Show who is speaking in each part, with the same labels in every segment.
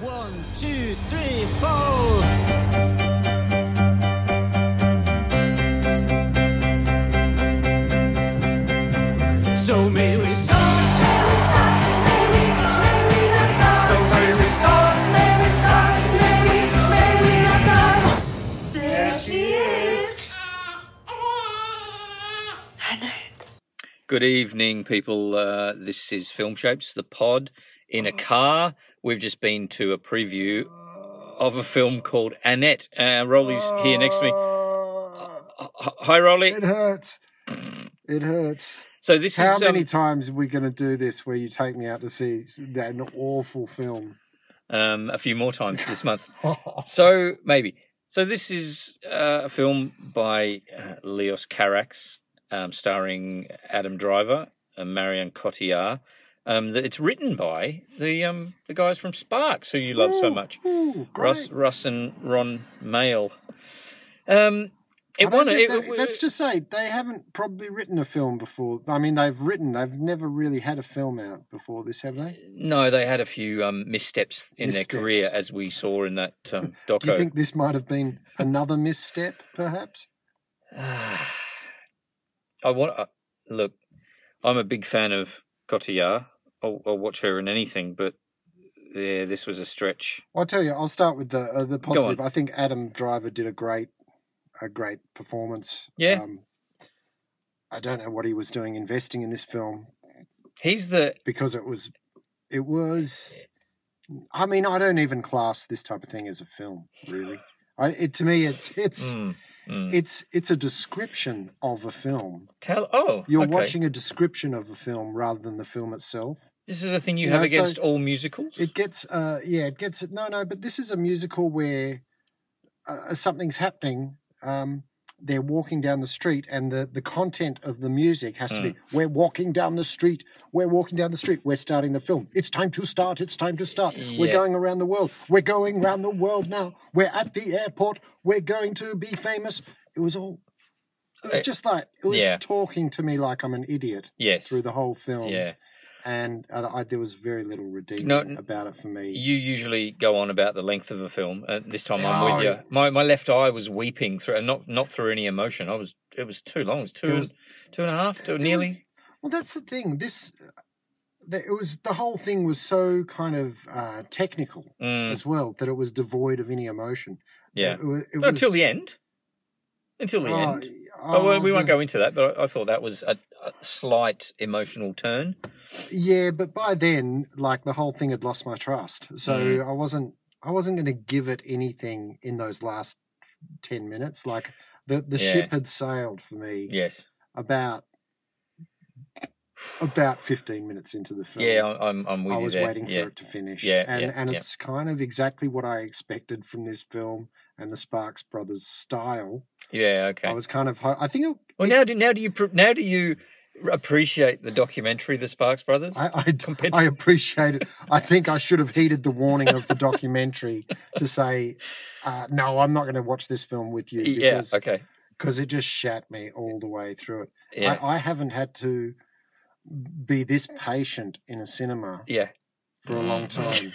Speaker 1: One, two, three, four. So may we start?
Speaker 2: Good evening, people. Uh, this is Film Shapes, the pod in
Speaker 3: Oh.
Speaker 2: a car. We've just been to a preview of a film called Annette. Uh, Rolly's here next to me. H- Hi, Rolly.
Speaker 3: Uh, It hurts. It hurts.
Speaker 2: So this
Speaker 3: How
Speaker 2: is um,
Speaker 3: many times are we going to do this where you take me out to see that an awful film?
Speaker 2: um, a few more times this month. So maybe. So this is uh, a film by uh, Leos Carax, um, starring Adam Driver and Marion Cotillard. Um, that it's written by the um, the guys from Sparks, who you love so much.
Speaker 3: Ooh, great.
Speaker 2: Russ, Russ and Ron Mail. Um,
Speaker 3: I
Speaker 2: it
Speaker 3: don't
Speaker 2: won.
Speaker 3: think
Speaker 2: It,
Speaker 3: they- let's just say they haven't probably written a film before. I mean, they've written, they've never really had a film out before this, have they?
Speaker 2: no, they had a few um, missteps in
Speaker 3: Missteps.
Speaker 2: their career, as we saw in that um,
Speaker 3: Do you
Speaker 2: doco.
Speaker 3: think this might have been another misstep, perhaps?
Speaker 2: I want uh, look. I'm a big fan of Cotillard. I'll, I'll watch her in anything, but yeah, this was a stretch.
Speaker 3: I'll tell you. I'll start with the uh, the
Speaker 2: Go on.
Speaker 3: positive. I think Adam Driver did a great, a great performance.
Speaker 2: Yeah.
Speaker 3: Um, I don't know what he was doing investing in this film
Speaker 2: He's the
Speaker 3: because it was, it was. I mean, I don't even class this type of thing as a film, really. I, it, to me, it's it's
Speaker 2: Mm, mm.
Speaker 3: it's it's a description of a film.
Speaker 2: tell. Oh,
Speaker 3: You're
Speaker 2: okay.
Speaker 3: watching a description of a film rather than the film itself.
Speaker 2: This is a thing you,
Speaker 3: you
Speaker 2: have
Speaker 3: know, so
Speaker 2: against all musicals.
Speaker 3: It gets, uh, yeah, it gets. No, no, but this is a musical where uh, something's happening. Um, they're walking down the street, and the the content of the music has to be:
Speaker 2: Hmm.
Speaker 3: "We're walking down the street. We're walking down the street. We're starting the film. It's time to start. It's time to start. We're
Speaker 2: Yeah.
Speaker 3: going around the world. We're going around the world now. We're at the airport. We're going to be famous." It was all. It was
Speaker 2: Uh,
Speaker 3: just like it was
Speaker 2: yeah.
Speaker 3: talking to me like I'm an idiot
Speaker 2: yes.
Speaker 3: through the whole film
Speaker 2: yeah.
Speaker 3: and uh, I, there was very little redeeming
Speaker 2: No, n-
Speaker 3: about it for me.
Speaker 2: You usually go on about the length of a film, and this time I'm with
Speaker 3: No.
Speaker 2: you. My my left eye was weeping through, and not not through any emotion. I was it was too long. It was two
Speaker 3: There
Speaker 2: and-
Speaker 3: was-
Speaker 2: two and a half, two
Speaker 3: There
Speaker 2: nearly.
Speaker 3: was- well, that's the thing. This, the, it was the whole thing was so kind of uh, technical
Speaker 2: Mm,
Speaker 3: as well that it was devoid of any emotion.
Speaker 2: yeah,
Speaker 3: It, wa- it
Speaker 2: Not until
Speaker 3: was-
Speaker 2: the end. Until the
Speaker 3: Oh,
Speaker 2: end.
Speaker 3: oh,
Speaker 2: Oh, well, we won't
Speaker 3: the-
Speaker 2: go into that, but I, I thought that was a, a slight emotional turn.
Speaker 3: Yeah, but by then, like the whole thing had lost my trust, so
Speaker 2: Mm.
Speaker 3: I wasn't. I wasn't going to give it anything in those last ten minutes. Like the the
Speaker 2: Yeah.
Speaker 3: ship had sailed for me.
Speaker 2: Yes.
Speaker 3: about about 15 minutes into the film.
Speaker 2: Yeah, I- I'm. I'm with
Speaker 3: Oh. I
Speaker 2: you
Speaker 3: was
Speaker 2: there.
Speaker 3: waiting
Speaker 2: yeah.
Speaker 3: for it to finish.
Speaker 2: Yeah,
Speaker 3: and
Speaker 2: yeah,
Speaker 3: and
Speaker 2: yeah.
Speaker 3: it's kind of exactly what I expected from this film and the Sparks Brothers style.
Speaker 2: Yeah. Okay.
Speaker 3: I was kind of ho- I think it,
Speaker 2: well,
Speaker 3: it-
Speaker 2: now do now do you pr- now do you appreciate the documentary, The Sparks Brothers?
Speaker 3: I, I,
Speaker 2: Compared
Speaker 3: I appreciate it. I think I should have heeded the warning of the documentary to say, uh, no, I'm not going to watch this film with you
Speaker 2: yeah.
Speaker 3: because
Speaker 2: Okay.
Speaker 3: cause it just shat me all the way through it.
Speaker 2: Yeah.
Speaker 3: I, I haven't had to be this patient in a cinema
Speaker 2: yeah.
Speaker 3: for a long time.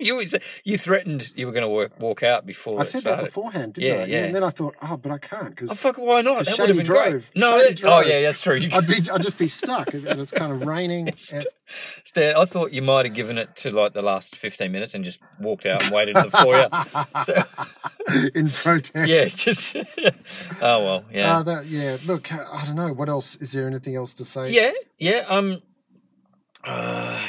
Speaker 2: You always, you threatened you were going to work, walk out before
Speaker 3: I
Speaker 2: it
Speaker 3: said that
Speaker 2: started.
Speaker 3: beforehand, didn't
Speaker 2: Yeah,
Speaker 3: I?
Speaker 2: yeah.
Speaker 3: And then I thought, oh, but I can't
Speaker 2: Oh,
Speaker 3: because
Speaker 2: fuck! Why not?
Speaker 3: 'cause
Speaker 2: That would have
Speaker 3: Shady
Speaker 2: been
Speaker 3: drove.
Speaker 2: great. No.
Speaker 3: Shady
Speaker 2: That, oh
Speaker 3: drove.
Speaker 2: yeah, that's true. You
Speaker 3: I'd be, I'd just be stuck. and It's kind of raining. and-
Speaker 2: Stan, I thought you might have given it to like the last 15 minutes and just walked out and waited for the foyer.
Speaker 3: in protest.
Speaker 2: Yeah, just. oh, well, yeah.
Speaker 3: Uh, that, yeah. Look, I don't know. What else? Is there anything else to say?
Speaker 2: yeah, yeah. Um, uh,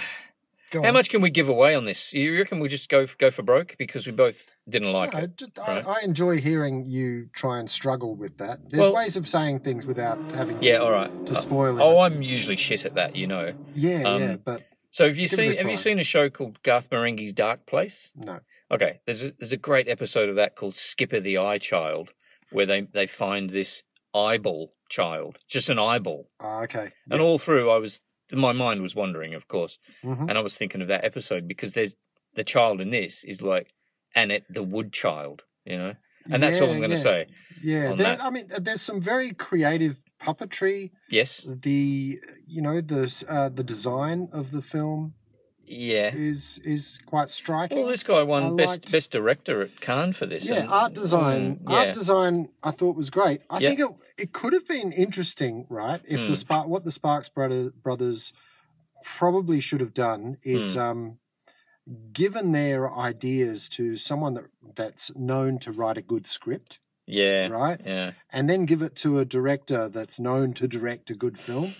Speaker 3: Go
Speaker 2: how
Speaker 3: on.
Speaker 2: much can we give away on this? You reckon we just go for, go for broke because we both didn't like
Speaker 3: No,
Speaker 2: it?
Speaker 3: just-
Speaker 2: right.
Speaker 3: I, I enjoy hearing you try and struggle with that. There's
Speaker 2: Well-
Speaker 3: ways of saying things without having to,
Speaker 2: Yeah, all right.
Speaker 3: to spoil it.
Speaker 2: Oh, I'm usually shit at that, you know.
Speaker 3: yeah,
Speaker 2: um,
Speaker 3: yeah, but
Speaker 2: So have you
Speaker 3: Give it a
Speaker 2: seen have you
Speaker 3: try.
Speaker 2: seen a show called Garth Marenghi's Dark Place?
Speaker 3: no.
Speaker 2: Okay, there's a, there's a great episode of that called Skipper the Eye Child, where they they find this eyeball child, just an eyeball,
Speaker 3: Ah, okay.
Speaker 2: and all through I was my mind was wandering, of course,
Speaker 3: Mhm.
Speaker 2: and I was thinking of that episode because there's the child in this is like Annette the Wood Child, you know, and that's all
Speaker 3: Yeah,
Speaker 2: I'm going to
Speaker 3: yeah.
Speaker 2: say.
Speaker 3: Yeah,
Speaker 2: on
Speaker 3: there,
Speaker 2: that.
Speaker 3: I mean, there's some very creative puppetry.
Speaker 2: Yes,
Speaker 3: The you know the s- uh, the design of the film
Speaker 2: yeah.
Speaker 3: is is quite striking.
Speaker 2: Well, this guy won
Speaker 3: I
Speaker 2: best
Speaker 3: liked-
Speaker 2: best director at Cannes for this.
Speaker 3: yeah,
Speaker 2: and-
Speaker 3: art design.
Speaker 2: Mm,
Speaker 3: Art
Speaker 2: yeah.
Speaker 3: design, I thought was great. I
Speaker 2: Yeah.
Speaker 3: think it it could have been interesting, right? If
Speaker 2: Mm.
Speaker 3: the spark, what the Sparks brother, brothers probably should have done
Speaker 2: Mm.
Speaker 3: is um, given their ideas to someone that that's known to write a good script,
Speaker 2: yeah.
Speaker 3: right?
Speaker 2: Yeah.
Speaker 3: And then give it to a director that's known to direct a good film,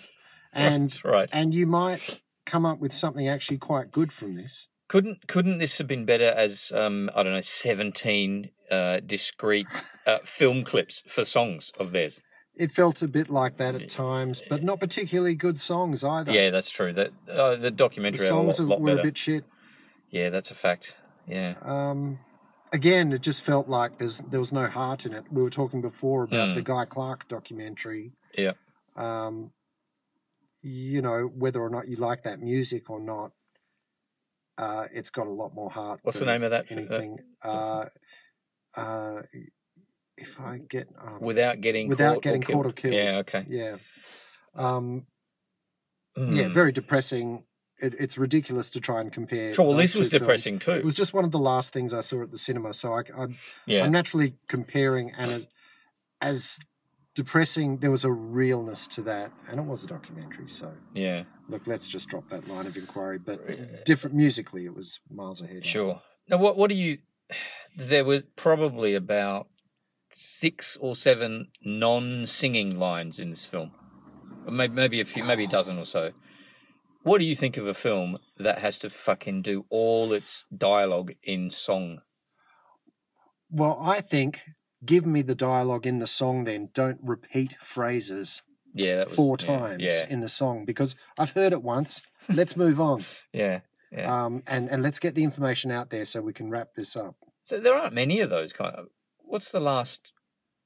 Speaker 3: and
Speaker 2: That's right.
Speaker 3: and you might come up with something actually quite good from this.
Speaker 2: Couldn't couldn't this have been better as um I don't know seventeen uh discrete uh, film clips for songs of theirs?
Speaker 3: It felt a bit like that at times, but not particularly good songs either.
Speaker 2: Yeah, that's true. That uh, the
Speaker 3: the
Speaker 2: documentary had
Speaker 3: songs
Speaker 2: a lot, lot
Speaker 3: were
Speaker 2: better.
Speaker 3: a bit shit.
Speaker 2: Yeah, that's a fact. Yeah.
Speaker 3: Um, again, it just felt like there's there was no heart in it. We were talking before about
Speaker 2: Mm.
Speaker 3: the Guy Clark documentary.
Speaker 2: Yeah.
Speaker 3: Um, you know whether or not you like that music or not, uh, it's got a lot more heart.
Speaker 2: What's the
Speaker 3: than
Speaker 2: name of that?
Speaker 3: Anything. Uh, uh, if I get um,
Speaker 2: Without getting
Speaker 3: Without
Speaker 2: caught
Speaker 3: getting
Speaker 2: or killed.
Speaker 3: caught or killed.
Speaker 2: Yeah. Okay.
Speaker 3: yeah, um, yeah,
Speaker 2: Mm.
Speaker 3: very depressing. It, it's ridiculous to try and compare.
Speaker 2: Sure, well,
Speaker 3: those
Speaker 2: this
Speaker 3: two
Speaker 2: was
Speaker 3: films.
Speaker 2: depressing too.
Speaker 3: It was just one of the last things I saw at the cinema, so I, I
Speaker 2: yeah.
Speaker 3: I'm naturally comparing, and as, as depressing, there was a realness to that, and it was a documentary. So,
Speaker 2: yeah.
Speaker 3: look, let's just drop that line of inquiry. But different musically, it was miles ahead.
Speaker 2: Sure. Now, what what do you? There were probably about six or seven non-singing lines in this film, Or maybe maybe a few, maybe a dozen or so. What do you think of a film that has to fucking do all its dialogue in song?
Speaker 3: Well, I think give me the dialogue in the song, then don't repeat phrases
Speaker 2: Yeah, that was,
Speaker 3: four
Speaker 2: yeah,
Speaker 3: times
Speaker 2: Yeah,
Speaker 3: in the song because I've heard it once. Let's move on,
Speaker 2: yeah. Yeah.
Speaker 3: um, and and let's get the information out there so we can wrap this up.
Speaker 2: So there aren't many of those kind of. What's the last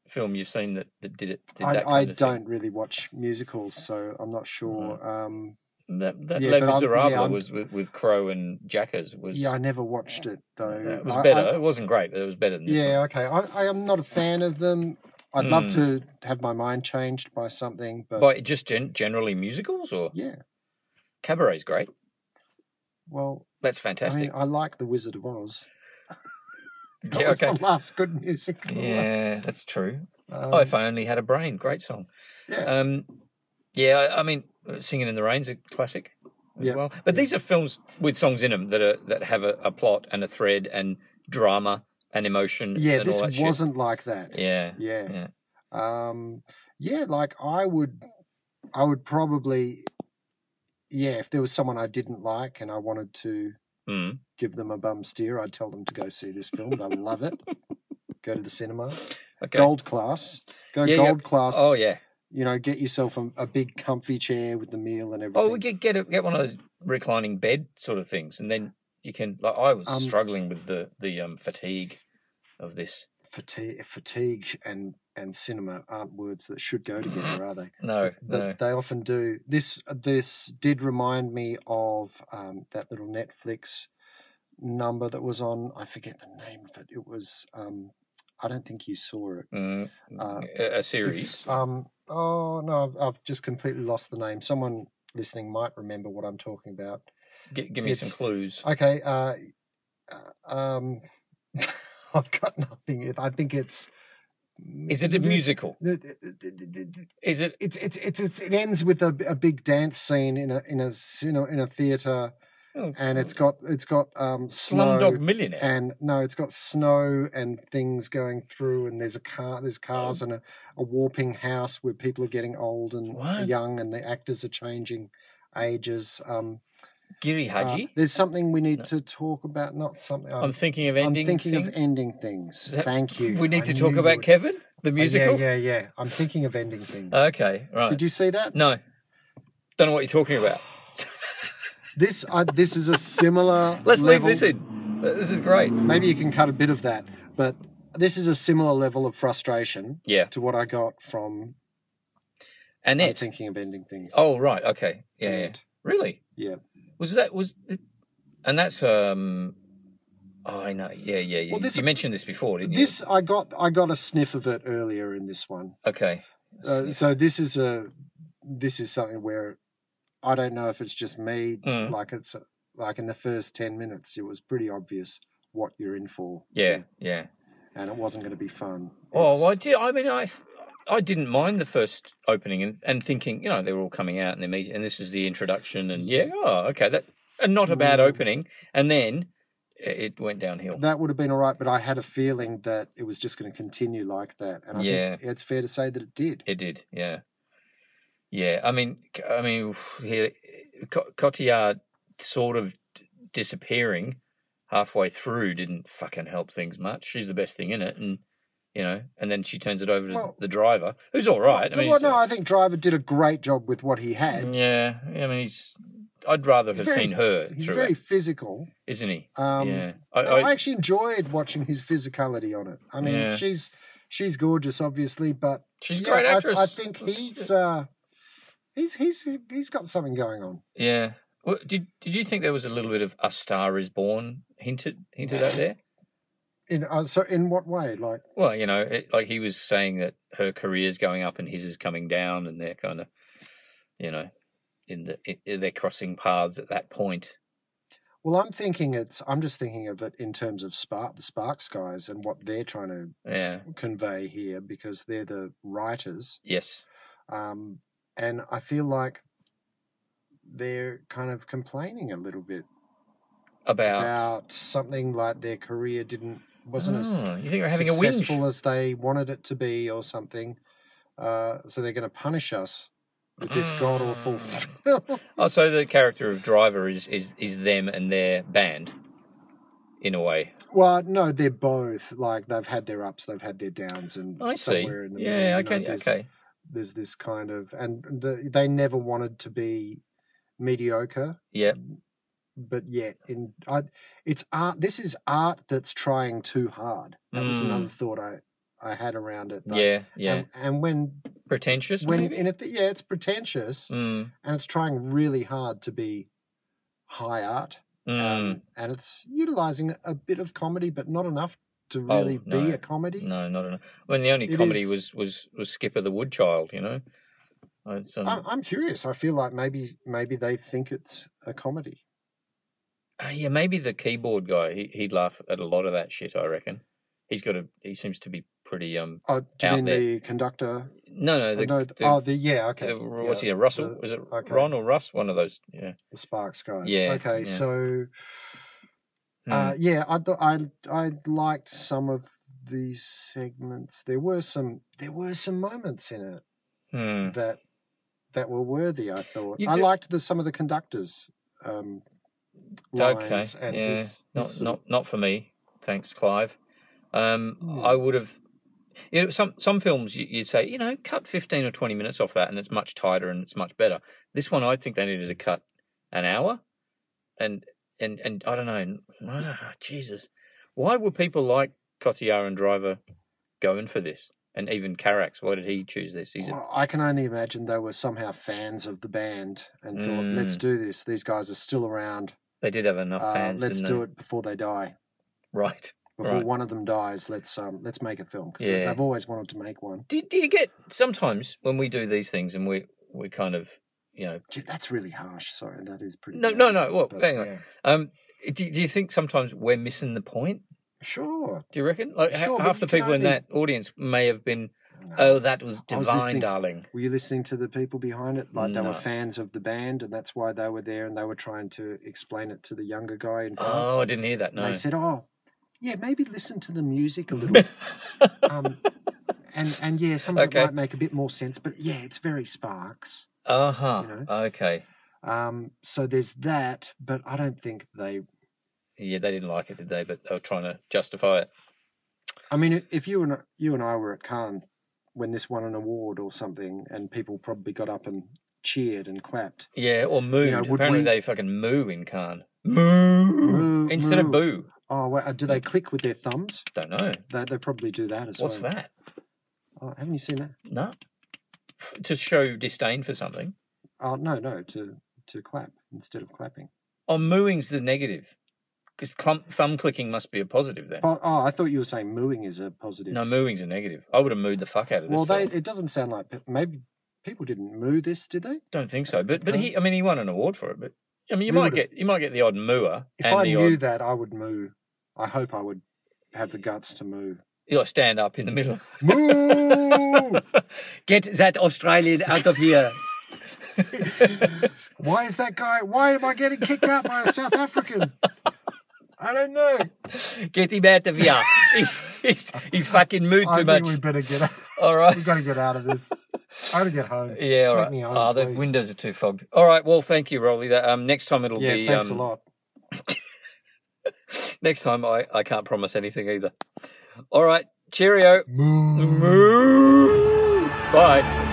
Speaker 2: film you've seen that, that did it? Did
Speaker 3: I,
Speaker 2: that
Speaker 3: I
Speaker 2: kind of thing?
Speaker 3: don't really watch musicals, so I'm not sure. Um,
Speaker 2: That, that
Speaker 3: Yeah,
Speaker 2: Les
Speaker 3: but I'm- yeah,
Speaker 2: Miserables
Speaker 3: I'm-
Speaker 2: was with, with Crow and Jackers was.
Speaker 3: Yeah, I never watched it though.
Speaker 2: Yeah, it was
Speaker 3: I-
Speaker 2: better.
Speaker 3: I-
Speaker 2: it wasn't great, but it was better than this
Speaker 3: yeah,
Speaker 2: one.
Speaker 3: okay. I, I am not a fan of them. I'd love
Speaker 2: Mm.
Speaker 3: to have my mind changed by something, but,
Speaker 2: But just gen- generally musicals or
Speaker 3: yeah.
Speaker 2: cabaret's great.
Speaker 3: Well,
Speaker 2: That's
Speaker 3: I
Speaker 2: fantastic.
Speaker 3: mean, I like The Wizard of Oz. That
Speaker 2: yeah,
Speaker 3: was
Speaker 2: okay.
Speaker 3: the last good musical.
Speaker 2: Yeah, that's true.
Speaker 3: Um,
Speaker 2: oh, if I only had a brain. Great song.
Speaker 3: yeah.
Speaker 2: Um, yeah, I, I mean, Singing in the Rain's a classic as
Speaker 3: Yeah,
Speaker 2: well. But
Speaker 3: yeah.
Speaker 2: these are films with songs in them that are that have a, a plot and a thread and drama and emotion.
Speaker 3: yeah,
Speaker 2: and
Speaker 3: this
Speaker 2: all that shit.
Speaker 3: wasn't like that.
Speaker 2: Yeah,
Speaker 3: Yeah. Um, yeah, like I would, I would probably, yeah, if there was someone I didn't like and I wanted to
Speaker 2: Mm.
Speaker 3: give them a bum steer, I'd tell them to go see this film. They'll love it. Go to the cinema.
Speaker 2: Okay.
Speaker 3: gold class. Go
Speaker 2: Yeah, yeah.
Speaker 3: gold class.
Speaker 2: Oh yeah.
Speaker 3: You know, get yourself a, a big comfy chair with the meal and everything.
Speaker 2: Oh, we could get a, get one of those reclining bed sort of things, and then you can. Like I was
Speaker 3: Um,
Speaker 2: struggling with the the um, fatigue of this.
Speaker 3: fatigue, fatigue and and cinema aren't words that should go together, are they?
Speaker 2: No,
Speaker 3: But
Speaker 2: no.
Speaker 3: they often do. This this did remind me of um, that little Netflix number that was on. I forget the name of it. It was. Um, I don't think you saw it.
Speaker 2: Mm,
Speaker 3: Uh,
Speaker 2: a, a
Speaker 3: If,
Speaker 2: series.
Speaker 3: um, oh no, I've, I've just completely lost the name. Someone listening might remember what I'm talking about.
Speaker 2: G- give me some
Speaker 3: it's-
Speaker 2: clues.
Speaker 3: Okay. Uh, uh, um, I've got nothing. It- I think it's. um,
Speaker 2: Is it a musical? Is it?
Speaker 3: It's, it's it's it's it ends with a, a big dance scene in a in a cinema in a theater,
Speaker 2: oh,
Speaker 3: and it's got it's got um snow
Speaker 2: Slumdog Millionaire.
Speaker 3: and no, it's got snow and things going through, and there's a car, there's cars and a, a warping house where people are getting old and
Speaker 2: What?
Speaker 3: young, and the actors are changing ages. Um,
Speaker 2: Giri
Speaker 3: uh,
Speaker 2: Haji.
Speaker 3: there's something we need
Speaker 2: No.
Speaker 3: to talk about. Not something.
Speaker 2: I'm
Speaker 3: I'm,
Speaker 2: thinking of
Speaker 3: I'm
Speaker 2: ending.
Speaker 3: thinking
Speaker 2: thing.
Speaker 3: of ending things.
Speaker 2: That-
Speaker 3: Thank you.
Speaker 2: We need
Speaker 3: I
Speaker 2: to
Speaker 3: knew
Speaker 2: talk
Speaker 3: you
Speaker 2: about
Speaker 3: would-
Speaker 2: Kevin the
Speaker 3: Uh,
Speaker 2: musical.
Speaker 3: Yeah, yeah, yeah. I'm thinking of ending things.
Speaker 2: Okay, right.
Speaker 3: Did you see that?
Speaker 2: No, don't know what you're talking about.
Speaker 3: This I this is a similar.
Speaker 2: Let's
Speaker 3: level.
Speaker 2: leave this in. This is great.
Speaker 3: Maybe you can cut a bit of that, but this is a similar level of frustration
Speaker 2: Yeah,
Speaker 3: to what I got from I'm
Speaker 2: Annette.
Speaker 3: thinking of ending things.
Speaker 2: Oh right, okay. Yeah, yeah.
Speaker 3: Annette.
Speaker 2: Really?
Speaker 3: Yeah.
Speaker 2: Was that was, it- and that's um. Oh, I know. Yeah, yeah, yeah.
Speaker 3: Well, this-
Speaker 2: you mentioned this before, didn't
Speaker 3: This I got I got a sniff of it earlier in this one.
Speaker 2: you? Okay.
Speaker 3: Uh, so this is a this is something where I don't know if it's just me
Speaker 2: Mm.
Speaker 3: like it's like in the first 10 minutes, it was pretty obvious what you're in for.
Speaker 2: Yeah, yeah.
Speaker 3: And it wasn't going to be fun.
Speaker 2: Oh,
Speaker 3: It's-
Speaker 2: I did. I mean, I I didn't mind the first opening and, and thinking, you know, they were all coming out and they're meeting, and this is the introduction, and yeah, oh, okay, that and not a bad
Speaker 3: Mm.
Speaker 2: opening, and then it went downhill.
Speaker 3: that would have been all right, but I had a feeling that it was just going to continue like that. And I
Speaker 2: Yeah.
Speaker 3: think it's fair to say that it did.
Speaker 2: It did, yeah, yeah. I mean, c- I mean, here Co- Cotillard sort of d- disappearing halfway through didn't fucking help things much. She's the best thing in it, and you know, and then she turns it over to
Speaker 3: Well-
Speaker 2: the driver, who's all right.
Speaker 3: Well,
Speaker 2: I mean, Mm,
Speaker 3: well,
Speaker 2: he's-
Speaker 3: no, I think Driver did a great job with what he had.
Speaker 2: Yeah, I mean, he's. I'd rather
Speaker 3: He's
Speaker 2: have
Speaker 3: very-
Speaker 2: seen her
Speaker 3: He's
Speaker 2: through
Speaker 3: very
Speaker 2: it,
Speaker 3: physical.
Speaker 2: isn't he?
Speaker 3: Um,
Speaker 2: yeah, I,
Speaker 3: No, I
Speaker 2: I,
Speaker 3: actually enjoyed watching his physicality on it. I mean,
Speaker 2: Yeah.
Speaker 3: she's she's gorgeous, obviously, but
Speaker 2: she's a
Speaker 3: yeah,
Speaker 2: great
Speaker 3: I-
Speaker 2: actress.
Speaker 3: I, think
Speaker 2: Let's-
Speaker 3: he's uh, he's he's he's got something going on.
Speaker 2: Yeah. Well, did Did you think there was a little bit of a star is born hinted hinted at there?
Speaker 3: In uh, so, in what way? Like,
Speaker 2: Well, you know, it, like he was saying that her career's going up and his is coming down, and they're kind of, you know, in the i they're crossing paths at that point.
Speaker 3: well, I'm thinking it's. I'm just thinking of it in terms of Spark, the Sparks guys, and what they're trying to
Speaker 2: Yeah.
Speaker 3: convey here, because they're the writers,
Speaker 2: Yes.
Speaker 3: um, and I feel like they're kind of complaining a little bit
Speaker 2: About.
Speaker 3: about something like their career didn't wasn't as
Speaker 2: Oh, you think we're having a
Speaker 3: successful
Speaker 2: whinge?
Speaker 3: as they wanted it to be or something. Uh, so they're going to punish us with this god awful film.
Speaker 2: Oh, so the character of Driver is is is them and their band, in a way.
Speaker 3: well, no, they're both like they've had their ups, they've had their downs, and
Speaker 2: I see.
Speaker 3: somewhere in the middle,
Speaker 2: Yeah.
Speaker 3: you know,
Speaker 2: Okay.
Speaker 3: there's,
Speaker 2: okay.
Speaker 3: there's this kind of, and the, they never wanted to be mediocre,
Speaker 2: Yeah.
Speaker 3: but yet in I, it's art. This is art that's trying too hard. That was
Speaker 2: Mm.
Speaker 3: another thought I I had around it. like,
Speaker 2: Yeah. Yeah.
Speaker 3: And, and when
Speaker 2: Pretentious.
Speaker 3: um, when
Speaker 2: maybe?
Speaker 3: in a th- yeah, it's pretentious.
Speaker 2: Mm,
Speaker 3: and it's trying really hard to be high art
Speaker 2: mm,
Speaker 3: um, and it's utilizing a bit of comedy but not enough to
Speaker 2: Oh,
Speaker 3: really be
Speaker 2: no.
Speaker 3: a comedy
Speaker 2: no, not enough. When the only
Speaker 3: It
Speaker 2: comedy
Speaker 3: is-
Speaker 2: was was was Skipper the Woodchild, you know. It's, um,
Speaker 3: I'm, I'm curious i feel like maybe maybe they think it's a comedy
Speaker 2: uh, yeah, maybe the keyboard guy. He, he'd laugh at a lot of that shit. I reckon. He's got a. He seems to be pretty. Um.
Speaker 3: oh do you
Speaker 2: Out
Speaker 3: mean
Speaker 2: there.
Speaker 3: the conductor
Speaker 2: No, no. The,
Speaker 3: no,
Speaker 2: the-
Speaker 3: oh the yeah okay
Speaker 2: the- what's
Speaker 3: yeah,
Speaker 2: he? Russell?
Speaker 3: the-
Speaker 2: Was it
Speaker 3: okay.
Speaker 2: Ron or Russ? One of those. Yeah.
Speaker 3: the sparks guys
Speaker 2: Yeah,
Speaker 3: okay
Speaker 2: yeah.
Speaker 3: so
Speaker 2: Mm.
Speaker 3: Uh, yeah, I, th- I I liked some of these segments. There were some there were some moments in it
Speaker 2: Hmm.
Speaker 3: that that were worthy. I thought
Speaker 2: You
Speaker 3: I
Speaker 2: do-
Speaker 3: liked the some of the conductors. Um,
Speaker 2: Okay.
Speaker 3: lines and
Speaker 2: yeah.
Speaker 3: his-
Speaker 2: not
Speaker 3: his-
Speaker 2: not not for me. Thanks, Clive. Um,
Speaker 3: Hmm.
Speaker 2: I would have. You know, some some films you- you'd say, you know, cut fifteen or twenty minutes off that, and it's much tighter and it's much better. This one, I think they needed to cut an hour, and and and I don't know, I don't know, Jesus, why were people like Cotillard and Driver going for this, and even Carax? Why did he choose this? He's a,
Speaker 3: Well, I can only imagine they were somehow fans of the band and thought,
Speaker 2: Mm.
Speaker 3: "Let's do this. These guys are still around.
Speaker 2: they did have enough
Speaker 3: Uh,
Speaker 2: fans.
Speaker 3: let's
Speaker 2: didn't
Speaker 3: do
Speaker 2: they?
Speaker 3: it before they die.
Speaker 2: Right.
Speaker 3: Before
Speaker 2: Right.
Speaker 3: one of them dies, let's um, let's make a film because
Speaker 2: Yeah.
Speaker 3: they've always wanted to make one.
Speaker 2: Do, do you get sometimes when we do these things and we we kind of you know
Speaker 3: Gee, that's really harsh. Sorry, that is pretty.
Speaker 2: No, no,
Speaker 3: harsh,
Speaker 2: no, well,
Speaker 3: but
Speaker 2: hang on.
Speaker 3: yeah.
Speaker 2: Um, do, do you think sometimes we're missing the point?
Speaker 3: Sure.
Speaker 2: Do you reckon? Like ha-
Speaker 3: Sure, but
Speaker 2: half the
Speaker 3: you can
Speaker 2: people in
Speaker 3: only-
Speaker 2: that audience may have been,
Speaker 3: No.
Speaker 2: oh, that was
Speaker 3: I was
Speaker 2: divine,
Speaker 3: listening-
Speaker 2: darling.
Speaker 3: Were you listening to the people behind it? Like they
Speaker 2: No.
Speaker 3: were fans of the band, and that's why they were there, and they were trying to explain it to the younger guy in front.
Speaker 2: Oh, I didn't hear that.
Speaker 3: And
Speaker 2: No.
Speaker 3: They said, "Oh, yeah, maybe listen to the music a little." um, and and yeah, some of
Speaker 2: Okay.
Speaker 3: it might make a bit more sense, but yeah, it's very Sparks.
Speaker 2: Uh huh.
Speaker 3: You
Speaker 2: Okay.
Speaker 3: Um, so there's that, but I don't think they.
Speaker 2: Yeah, they didn't like it, did they? But they were trying to justify it.
Speaker 3: I mean, if you and you and I were at Cannes when this won an award or something, and people probably got up and cheered and clapped.
Speaker 2: Yeah, or moo.
Speaker 3: know, would
Speaker 2: Apparently,
Speaker 3: we-
Speaker 2: they fucking moo in Khan. Moo
Speaker 3: Moo,
Speaker 2: instead of
Speaker 3: moo.
Speaker 2: boo.
Speaker 3: Oh, well, do they click with their thumbs?
Speaker 2: Don't know.
Speaker 3: They, they probably do that as
Speaker 2: Mm. What's
Speaker 3: well.
Speaker 2: that?
Speaker 3: Oh, haven't you seen that?
Speaker 2: No. F- To show disdain for something.
Speaker 3: Oh no, no, to to clap instead of clapping.
Speaker 2: Oh, mooing's the negative. Because thumb clicking must be a positive then.
Speaker 3: Oh, oh, I thought you were saying mooing is a positive.
Speaker 2: No, mooing's a negative. I would have mooed the fuck out of this.
Speaker 3: well,
Speaker 2: Well,
Speaker 3: they it doesn't sound like pe- maybe people didn't moo this, did they?
Speaker 2: don't think so. But but
Speaker 3: Huh?
Speaker 2: he, I mean, he won an award for it. But I mean, you
Speaker 3: We
Speaker 2: might
Speaker 3: would've-
Speaker 2: get you might get the odd mooer
Speaker 3: If
Speaker 2: and
Speaker 3: I
Speaker 2: the
Speaker 3: knew
Speaker 2: odd
Speaker 3: that, I would move. I hope I would have the guts to move.
Speaker 2: you know, stand up in the middle.
Speaker 3: Move!
Speaker 2: Get that Australian out of here.
Speaker 3: why is that guy? Why am I getting kicked out by a South African? I don't know.
Speaker 2: Get him out of here. he's, he's, he's fucking moved
Speaker 3: I
Speaker 2: too
Speaker 3: think
Speaker 2: much.
Speaker 3: we better get. Out.
Speaker 2: All right.
Speaker 3: We've got to get out of this. I got to get home.
Speaker 2: Yeah, all
Speaker 3: Take
Speaker 2: right.
Speaker 3: me home,
Speaker 2: Ah, the
Speaker 3: please.
Speaker 2: windows are too fogged. All right. Well, thank you, Rolly. That, um, next time it'll
Speaker 3: yeah,
Speaker 2: be.
Speaker 3: thanks
Speaker 2: um,
Speaker 3: a lot.
Speaker 2: Next time I, I can't promise anything either. All right. Cheerio.
Speaker 3: Move.
Speaker 2: Moo. Bye.